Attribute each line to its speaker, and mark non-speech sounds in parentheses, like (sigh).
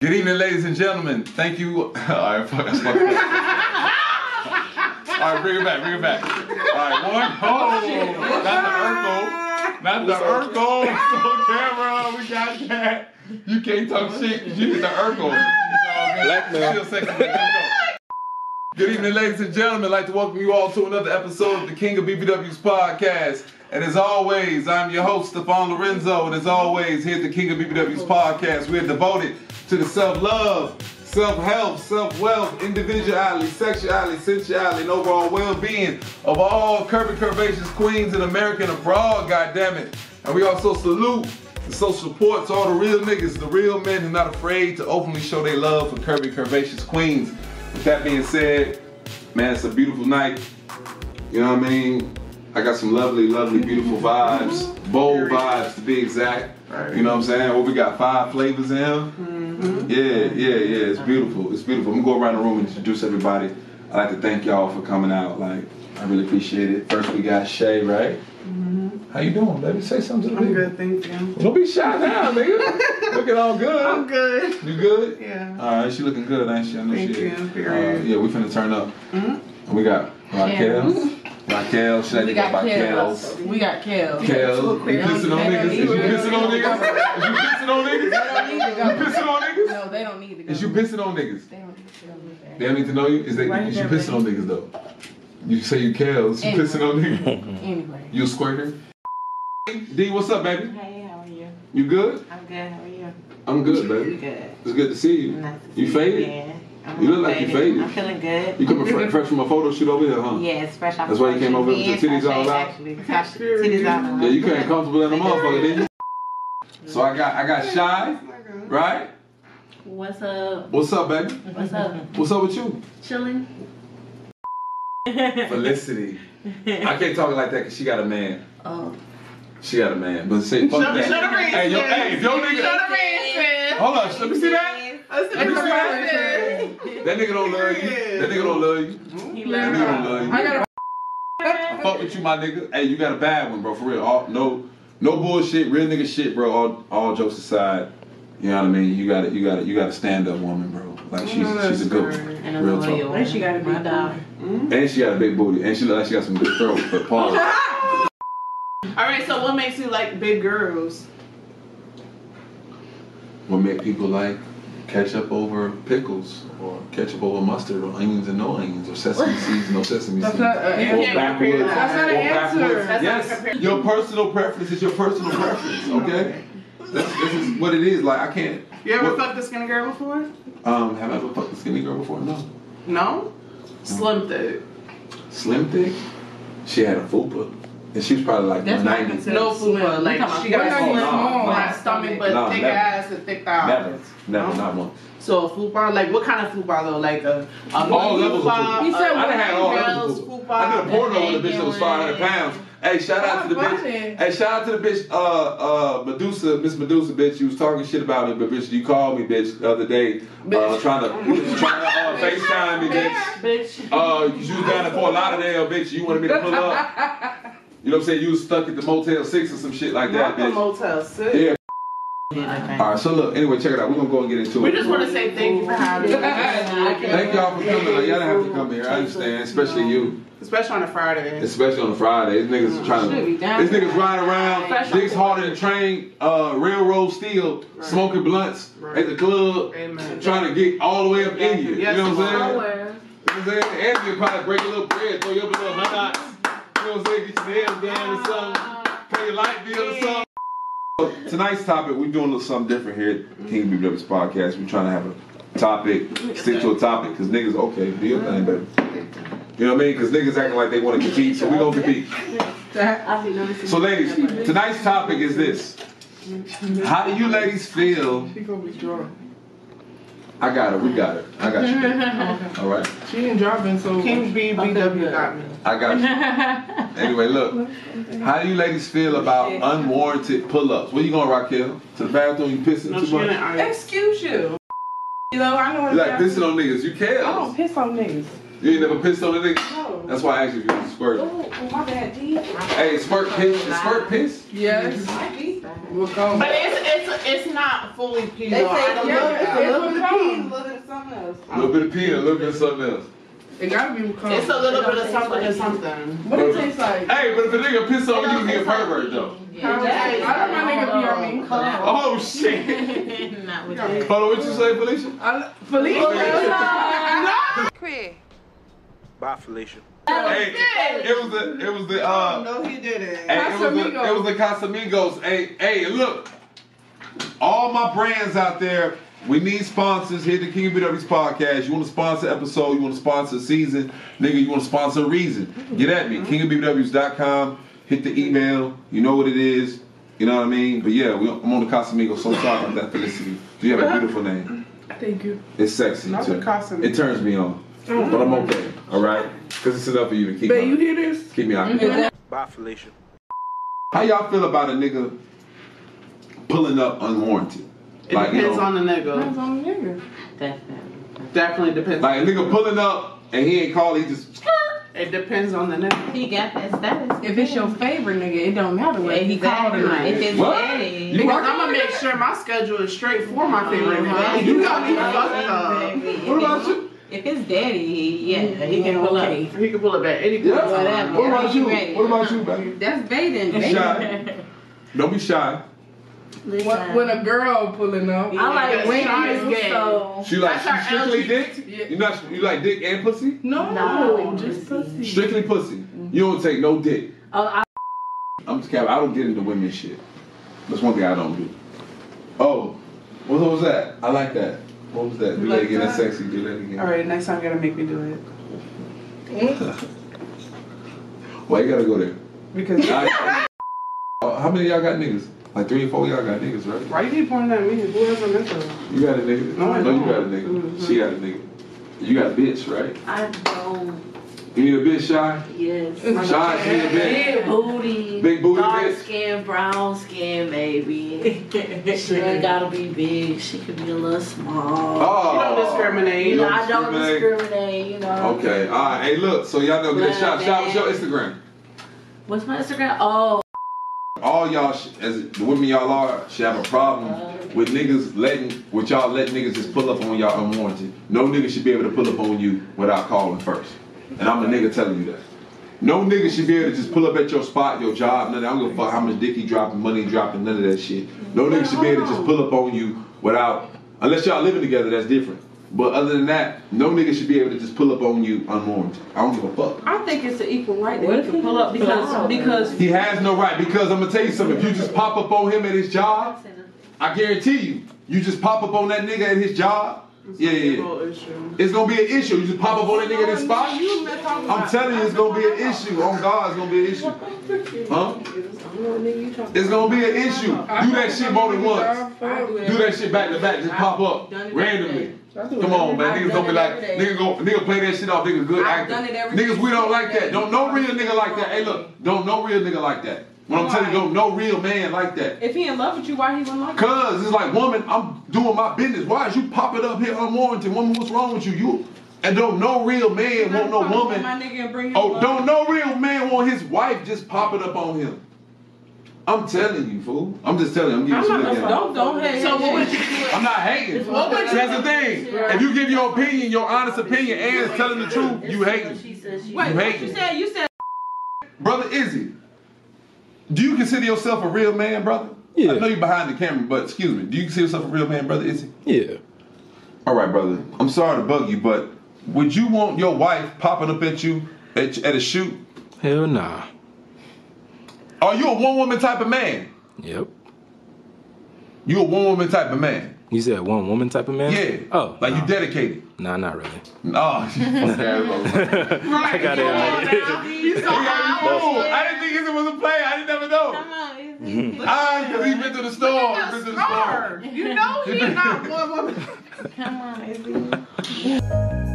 Speaker 1: Good evening, ladies and gentlemen. Thank you. (laughs) All right, fuck, I fucked up. All right, bring it back, bring it back. All right, one. Oh, not the Urkel, not the Urkel on camera. We got that. You can't talk shit. 'cause You get the Urkel. Blackmail. Still sexy. but let's go. Good evening, ladies and gentlemen. I'd like to welcome you all to another episode of the King of BBW's podcast. And as always, I'm your host, Stefan Lorenzo. And as always, here at the King of BBW's podcast, we're devoted to the self love, self help, self wealth, individuality, sexuality, sensuality, and overall well being of all curvy, curvaceous queens in America and abroad, goddammit. And we also salute and so support to all the real niggas, the real men who not afraid to openly show their love for curvy, curvaceous queens. With that being said, man, it's a beautiful night. You know what I mean? I got some lovely, lovely, beautiful vibes.
Speaker 2: Mm-hmm.
Speaker 1: Bold vibes to be exact. You know what I'm saying? Well, we got five flavors in here.
Speaker 2: Mm-hmm.
Speaker 1: Yeah, yeah, yeah. It's beautiful. It's beautiful. I'm gonna go around the room and introduce everybody. I'd like to thank y'all for coming out. Like, I really appreciate it. First, we got Shay, right? How you doing, baby? Say something to the
Speaker 2: Mm-hmm. I'm
Speaker 1: people.
Speaker 2: good, thank you.
Speaker 1: Don't be shy now, nigga. Looking all good.
Speaker 2: I'm good.
Speaker 1: You good?
Speaker 2: Yeah.
Speaker 1: All right, she looking good, ain't she? I know
Speaker 2: Thank
Speaker 1: she
Speaker 2: you,
Speaker 1: is.
Speaker 2: period.
Speaker 1: Uh, yeah, we finna turn up. And we got Raquel. Raquel, should I
Speaker 3: We
Speaker 1: get
Speaker 3: got
Speaker 1: by
Speaker 3: Kels.
Speaker 1: Kels?
Speaker 3: We got Kels.
Speaker 1: Kels, you pissing on niggas? Is you pissing on niggas? Is you pissing on niggas? You pissing
Speaker 3: They don't need to go.
Speaker 1: on niggas?
Speaker 3: No, they don't need to go.
Speaker 1: Is you pissing on niggas?
Speaker 3: They don't need to go with that.
Speaker 1: They don't need to know you. Is they
Speaker 2: Right
Speaker 1: is you
Speaker 2: there,
Speaker 1: pissing on niggas though? You say you Kels, you
Speaker 3: Anyway.
Speaker 1: pissing on niggas?
Speaker 3: Anyway.
Speaker 1: You a squirter? D, what's up, baby?
Speaker 4: Hey, how are you?
Speaker 1: You good?
Speaker 4: I'm good. How are you?
Speaker 1: I'm good,
Speaker 4: You
Speaker 1: baby.
Speaker 4: good?
Speaker 1: It's good to see you.
Speaker 4: Nice to
Speaker 1: You
Speaker 4: see
Speaker 1: faded?
Speaker 4: Yeah. I'm
Speaker 1: You look like you faded.
Speaker 4: I'm feeling
Speaker 1: You
Speaker 4: good.
Speaker 1: coming fre- fresh from a photo shoot over here, huh?
Speaker 4: Yeah, it's fresh off.
Speaker 1: That's why you came over with your
Speaker 4: with
Speaker 1: titties all out?
Speaker 4: Actually, Tasha- titties all out.
Speaker 1: Yeah, you came comfortable in a motherfucker, didn't you? So I got I got shy, right?
Speaker 4: What's up?
Speaker 1: What's up, baby?
Speaker 4: What's up?
Speaker 1: What's up with you?
Speaker 4: Chilling?
Speaker 1: (laughs) Felicity. I can't talk like that because she got a man.
Speaker 4: Oh.
Speaker 1: She got a man. But say fuck
Speaker 2: Shut,
Speaker 1: that.
Speaker 2: shut up,
Speaker 1: hey, yo, hey, if yo nigga.
Speaker 2: Shut up, Ransom.
Speaker 1: Hold on, let me see that. Let me see that. That nigga don't love you. That nigga don't love you.
Speaker 4: He
Speaker 1: That
Speaker 4: loves
Speaker 1: nigga don't love you.
Speaker 3: I got
Speaker 1: I fuck with you, my nigga. Hey, you got a bad one, bro. For real. All, no, no bullshit. Real nigga shit, bro. All, all jokes aside. You know what I mean? You got to You got to You got to stand up woman, bro. Like she's she's a
Speaker 2: Mm,
Speaker 1: good one.
Speaker 4: And a
Speaker 1: Real
Speaker 4: loyal.
Speaker 1: talk.
Speaker 4: one.
Speaker 2: she got a
Speaker 4: My
Speaker 2: big
Speaker 4: dog.
Speaker 1: And she got a big booty. And she look like she got some good throat. But pause.
Speaker 2: All right, so what makes you like big girls?
Speaker 1: what make people like ketchup over pickles or ketchup over mustard or onions and no onions or sesame seeds no sesame
Speaker 3: That's
Speaker 1: seeds
Speaker 3: not an
Speaker 1: or
Speaker 3: answer.
Speaker 1: backwards
Speaker 2: That's not an
Speaker 1: or
Speaker 2: answer.
Speaker 1: backwards.
Speaker 2: That's not
Speaker 1: yes
Speaker 2: a compar-
Speaker 1: your personal preference is your personal preference okay That's, this is what it is like I can't
Speaker 2: You ever
Speaker 1: What-
Speaker 2: fucked a skinny girl before?
Speaker 1: um have I ever fucked a skinny girl before no
Speaker 2: No. Slim thug.
Speaker 1: slim thick she had a fupa and she was probably like
Speaker 3: That's not
Speaker 1: 90
Speaker 3: considered-
Speaker 2: No
Speaker 3: Slim.
Speaker 2: fupa. Like
Speaker 3: You talking
Speaker 2: she
Speaker 3: about
Speaker 2: got a
Speaker 1: fupa.
Speaker 2: slim,
Speaker 1: Oh, no.
Speaker 2: flat stomach, but
Speaker 1: No,
Speaker 2: thick
Speaker 1: never.
Speaker 2: ass and thick thighs.
Speaker 1: never never
Speaker 2: No?
Speaker 1: not one
Speaker 2: So a fupa, like what kind of fupa though? Like a, a
Speaker 1: All levels of fupa.
Speaker 3: He
Speaker 1: I
Speaker 3: said
Speaker 1: done
Speaker 3: what
Speaker 1: had all levels of
Speaker 2: fupa.
Speaker 1: fupa. I did a porno with a bitch that was
Speaker 3: Thank you.
Speaker 1: 500 pounds. Hey, shout out to the
Speaker 3: Fuck
Speaker 1: bitch.
Speaker 3: it.
Speaker 1: Hey, shout out to the bitch, uh, uh, Medusa, Miss Medusa, bitch. You was talking shit about me, but bitch, you called me, bitch, the other day, uh,
Speaker 2: Bitch.
Speaker 1: trying
Speaker 2: (laughs)
Speaker 1: to, you was trying to uh, FaceTime me, bitch.
Speaker 4: Bitch.
Speaker 1: Uh, you was down in Fort Lauderdale, bitch. You wanted me to pull up. You know what I'm saying? You was stuck at the Motel 6 or some shit like that,
Speaker 2: Not the
Speaker 1: bitch.
Speaker 2: Motel Six.
Speaker 1: Yeah. All right, so look, anyway, check it out. We're gonna go and get into it.
Speaker 2: We just want to say thank you for
Speaker 1: (laughs)
Speaker 2: having us.
Speaker 1: Thank y'all for coming. Like, y'all didn't have to come here. I understand, especially you.
Speaker 2: Especially on a Friday. Mm.
Speaker 1: Especially on Friday. These niggas are trying to.
Speaker 3: Should be
Speaker 1: These
Speaker 3: down
Speaker 1: niggas riding around,
Speaker 2: Special.
Speaker 1: dicks harder than train, uh, railroad steel, smoking blunts
Speaker 2: Right.
Speaker 1: at the club,
Speaker 2: Amen.
Speaker 1: trying to get all the way up in you.
Speaker 2: Yes,
Speaker 1: you know what I'm saying?
Speaker 2: somewhere.
Speaker 1: You know what I'm saying? And you probably break a little bread, throw your little hot dogs. You know what I'm saying? Get your nails done or something. Pay your light bill or something. So Tonight's topic, we're doing a little something different here at King BW's podcast. We're trying to have a topic, stick to a topic, because niggas, okay, do your thing, baby. You know what I mean? Because niggas acting like they want to compete, so we going to compete.
Speaker 4: I'll be noticing.
Speaker 1: So, ladies, tonight's topic is this: How do you ladies feel?
Speaker 2: She gonna be drunk.
Speaker 1: I got it. We got it. I got you. All right.
Speaker 2: She ain't driving, so King BBW got me.
Speaker 1: I got you. Anyway, look. How do you ladies feel about unwarranted pull-ups? Where you going, Raquel? To the bathroom? You pissing
Speaker 2: No,
Speaker 1: too
Speaker 2: she ain't.
Speaker 1: much?
Speaker 2: I-
Speaker 3: Excuse you. You know, I know
Speaker 1: You like pissing on niggas? You care?
Speaker 3: I
Speaker 2: Oh.
Speaker 3: don't piss on niggas.
Speaker 1: You ain't never pissed on a nigga.
Speaker 3: Oh,
Speaker 1: That's why I asked you if you was a squirt.
Speaker 3: oh my bad, D.
Speaker 1: Hey, squirt piss. Is squirt piss?
Speaker 3: Yes.
Speaker 4: Might be.
Speaker 2: But it's it's it's not fully peeled.
Speaker 4: They
Speaker 2: off. I
Speaker 4: say
Speaker 2: don't
Speaker 4: yellow
Speaker 2: know
Speaker 4: is
Speaker 2: that.
Speaker 4: a
Speaker 3: It's peas,
Speaker 4: little bit of peas.
Speaker 3: a little bit of something else.
Speaker 1: A little bit of pee and a little bit of something else.
Speaker 3: It gotta be pecan.
Speaker 2: It's a little
Speaker 4: It don't
Speaker 2: bit of
Speaker 4: taste
Speaker 2: something
Speaker 4: like
Speaker 2: and something.
Speaker 3: What it tastes like?
Speaker 1: Hey, but if a nigga piss on you, he a pervert though.
Speaker 3: How- I let my nigga pee on me.
Speaker 1: Oh shit.
Speaker 4: Not with that.
Speaker 1: Hold on, what you say, Felicia?
Speaker 3: I- Felicia.
Speaker 5: Bye, Felicia.
Speaker 1: Hey, it was the it was the uh
Speaker 2: No, he didn't.
Speaker 1: Hey, it was, the, it was the Casamigos. Hey, hey, look. All my brands out there, we need sponsors. Hit the King of BW's podcast. You want to sponsor episode, you want to sponsor season, nigga, you want to sponsor reason. Get at me. KingofBWs.com. Hit the email. You know what it is. You know what I mean? But yeah, we, I'm on the Casamigos. So sorry about that, Felicity. You have a beautiful name.
Speaker 3: Thank you.
Speaker 1: It's sexy.
Speaker 2: Not
Speaker 1: too.
Speaker 2: the Casamigos.
Speaker 1: It turns me on. But I'm okay. All right? Because it's enough for you to keep,
Speaker 3: Babe, you
Speaker 1: me
Speaker 3: hear this?
Speaker 1: keep me occupied.
Speaker 2: Mm-hmm.
Speaker 5: Bye, Felicia.
Speaker 1: How y'all feel about a nigga pulling up unwarranted?
Speaker 2: It depends on the
Speaker 3: That's
Speaker 2: nigga.
Speaker 3: on the nigga.
Speaker 2: Definitely depends.
Speaker 1: like a nigga pulling up and he ain't call, he
Speaker 2: (laughs)
Speaker 1: just
Speaker 2: It depends on the nigga.
Speaker 4: He got that status.
Speaker 3: If it's your favorite nigga, it don't matter what he called
Speaker 4: Exactly.
Speaker 3: or not.
Speaker 4: If it's
Speaker 1: What?
Speaker 4: daddy.
Speaker 1: You
Speaker 2: Because
Speaker 1: working
Speaker 2: I'm gonna
Speaker 1: with
Speaker 2: make sure my schedule is straight for my favorite
Speaker 4: Uh-huh.
Speaker 2: nigga. You got me fucked
Speaker 4: Exactly.
Speaker 1: What
Speaker 4: If
Speaker 1: about
Speaker 4: it's-
Speaker 1: you?
Speaker 4: If it's daddy, he- yeah, he can
Speaker 3: Yeah,
Speaker 4: pull
Speaker 3: okay.
Speaker 4: up.
Speaker 2: up. He can pull it back any point.
Speaker 1: Yeah.
Speaker 4: Whatever.
Speaker 1: What about you?
Speaker 4: Ready.
Speaker 1: What about you,
Speaker 2: (laughs)
Speaker 1: baby?
Speaker 4: That's bathing.
Speaker 1: You shy? Don't be shy.
Speaker 3: When, when a girl pulling up.
Speaker 4: I like
Speaker 2: Because Sean is
Speaker 4: women,
Speaker 2: gay.
Speaker 4: so
Speaker 1: She like she
Speaker 2: That's our
Speaker 1: strictly
Speaker 2: LGBT.
Speaker 1: dick. You not you like dick and pussy?
Speaker 3: No,
Speaker 4: No,
Speaker 3: just
Speaker 4: pussy.
Speaker 3: pussy. Mm-hmm.
Speaker 1: Strictly pussy. You don't take no dick.
Speaker 4: oh, I,
Speaker 1: I'm just capping. I don't get into women shit. That's one thing I don't do. Oh, what was that? I like that. What was that? Do that
Speaker 2: like
Speaker 1: again. That's
Speaker 2: that?
Speaker 1: sexy. Do that again.
Speaker 2: All right, next time you gotta make me do it
Speaker 1: Why you gotta go there? (laughs)
Speaker 2: because (laughs)
Speaker 1: I- Uh, how many of y'all got niggas? Like three or four of y'all got niggas, right?
Speaker 2: why you keep pointing at me? Who has a mental?
Speaker 1: You got a nigga.
Speaker 2: No, I
Speaker 1: no you
Speaker 2: don't.
Speaker 1: got a nigga.
Speaker 2: Mhm.
Speaker 1: She got a nigga. You got a bitch, right?
Speaker 4: I don't.
Speaker 1: You need a bitch, shy.
Speaker 4: Yes.
Speaker 3: It's
Speaker 1: Shy, she need a bitch.
Speaker 4: Big booty.
Speaker 1: Big booty
Speaker 4: Dark
Speaker 1: bitch.
Speaker 4: skin, brown skin, baby. she ain't gotta be big. She could be a little small.
Speaker 1: Oh.
Speaker 2: You don't discriminate.
Speaker 1: You
Speaker 4: You know,
Speaker 1: don't
Speaker 4: I don't
Speaker 1: discriminate.
Speaker 4: discriminate, you know.
Speaker 1: Okay. All right. Hey, look. So y'all know. Get a shot. Shout what's your Instagram.
Speaker 4: What's my Instagram? Oh,
Speaker 1: All y'all, sh- as the women y'all are, should have a problem with niggas letting, with y'all letting niggas just pull up on y'all unwarranted. No nigga should be able to pull up on you without calling first. And I'm a nigga telling you that. No nigga should be able to just pull up at your spot, your job, none of that. I don't give a fuck how much dick he dropping, money he dropping, none of that shit. No nigga should be able to just pull up on you without, unless y'all living together, that's different. But other than that, no nigga should be able to just pull up on you unwarranted. I don't give a fuck.
Speaker 3: I think it's an equal right
Speaker 4: What
Speaker 3: that
Speaker 4: if
Speaker 3: you
Speaker 4: he
Speaker 3: can pull up
Speaker 4: was
Speaker 3: because
Speaker 4: proud?
Speaker 3: because
Speaker 1: He has no right because I'm gonna tell you something. If you just pop up on him at his job, I guarantee you, you just pop up on that nigga at his job. Yeah, yeah, yeah. It's gonna be an issue. You just pop up on that nigga at his spot. I'm telling you, it's gonna be an issue. On God, it's gonna be an issue. Huh? It's gonna be an issue. Do that shit more than once. Do that shit back to back. Just pop up randomly. Come on, man. Niggas gonna be like, nigga, go, nigga play that shit off. Nigga, good
Speaker 3: I've done
Speaker 1: actor.
Speaker 3: it every
Speaker 1: Niggas, we don't like that.
Speaker 3: day.
Speaker 1: Don't no real nigga like that. Hey, look, don't no real nigga like that. When I'm telling you, don't no real man like that.
Speaker 3: If he in love with you, why he wouldn't like you?
Speaker 1: Cause it's like, woman, I'm doing my business. Why is you popping up here unwarranted? Woman, what's wrong with you? You and don't no real man want no woman.
Speaker 3: My nigga and bring him
Speaker 1: Oh,
Speaker 3: up.
Speaker 1: don't no real man want his wife just popping up on him. I'm telling you, fool. I'm just telling you. I'm giving
Speaker 3: I'm
Speaker 1: you some
Speaker 3: not gonna
Speaker 1: advice.
Speaker 3: don't don't hate.
Speaker 2: So what would
Speaker 3: you
Speaker 1: I'm not hating.
Speaker 2: What would you-
Speaker 1: That's the thing. If you give your opinion, your honest opinion, and it's telling the truth, you hating.
Speaker 4: She says she.
Speaker 3: Wait,
Speaker 1: You
Speaker 3: what you
Speaker 1: hating.
Speaker 3: said? You said
Speaker 1: Brother Izzy, do you consider yourself a real man, brother?
Speaker 5: Yeah.
Speaker 1: I know you're behind the camera, but excuse me. Do you consider yourself a real man, brother Izzy?
Speaker 5: Yeah.
Speaker 1: All right, brother. I'm sorry to bug you, but would you want your wife popping up at you at, at a shoot?
Speaker 5: Hell nah.
Speaker 1: Are you a one woman type of man?
Speaker 5: Yep.
Speaker 1: You a one woman type of man?
Speaker 5: You said one woman type of man?
Speaker 1: Yeah.
Speaker 5: Oh.
Speaker 1: like
Speaker 5: nah.
Speaker 1: you dedicated.
Speaker 5: Nah, not really.
Speaker 1: (laughs) No. Okay,
Speaker 5: I gotta (laughs) admit it.
Speaker 1: (laughs) I didn't think it was a play. I didn't never know. I because he been to the store. He been to the store.
Speaker 2: You know he's not one woman.
Speaker 4: Come on, Izzy.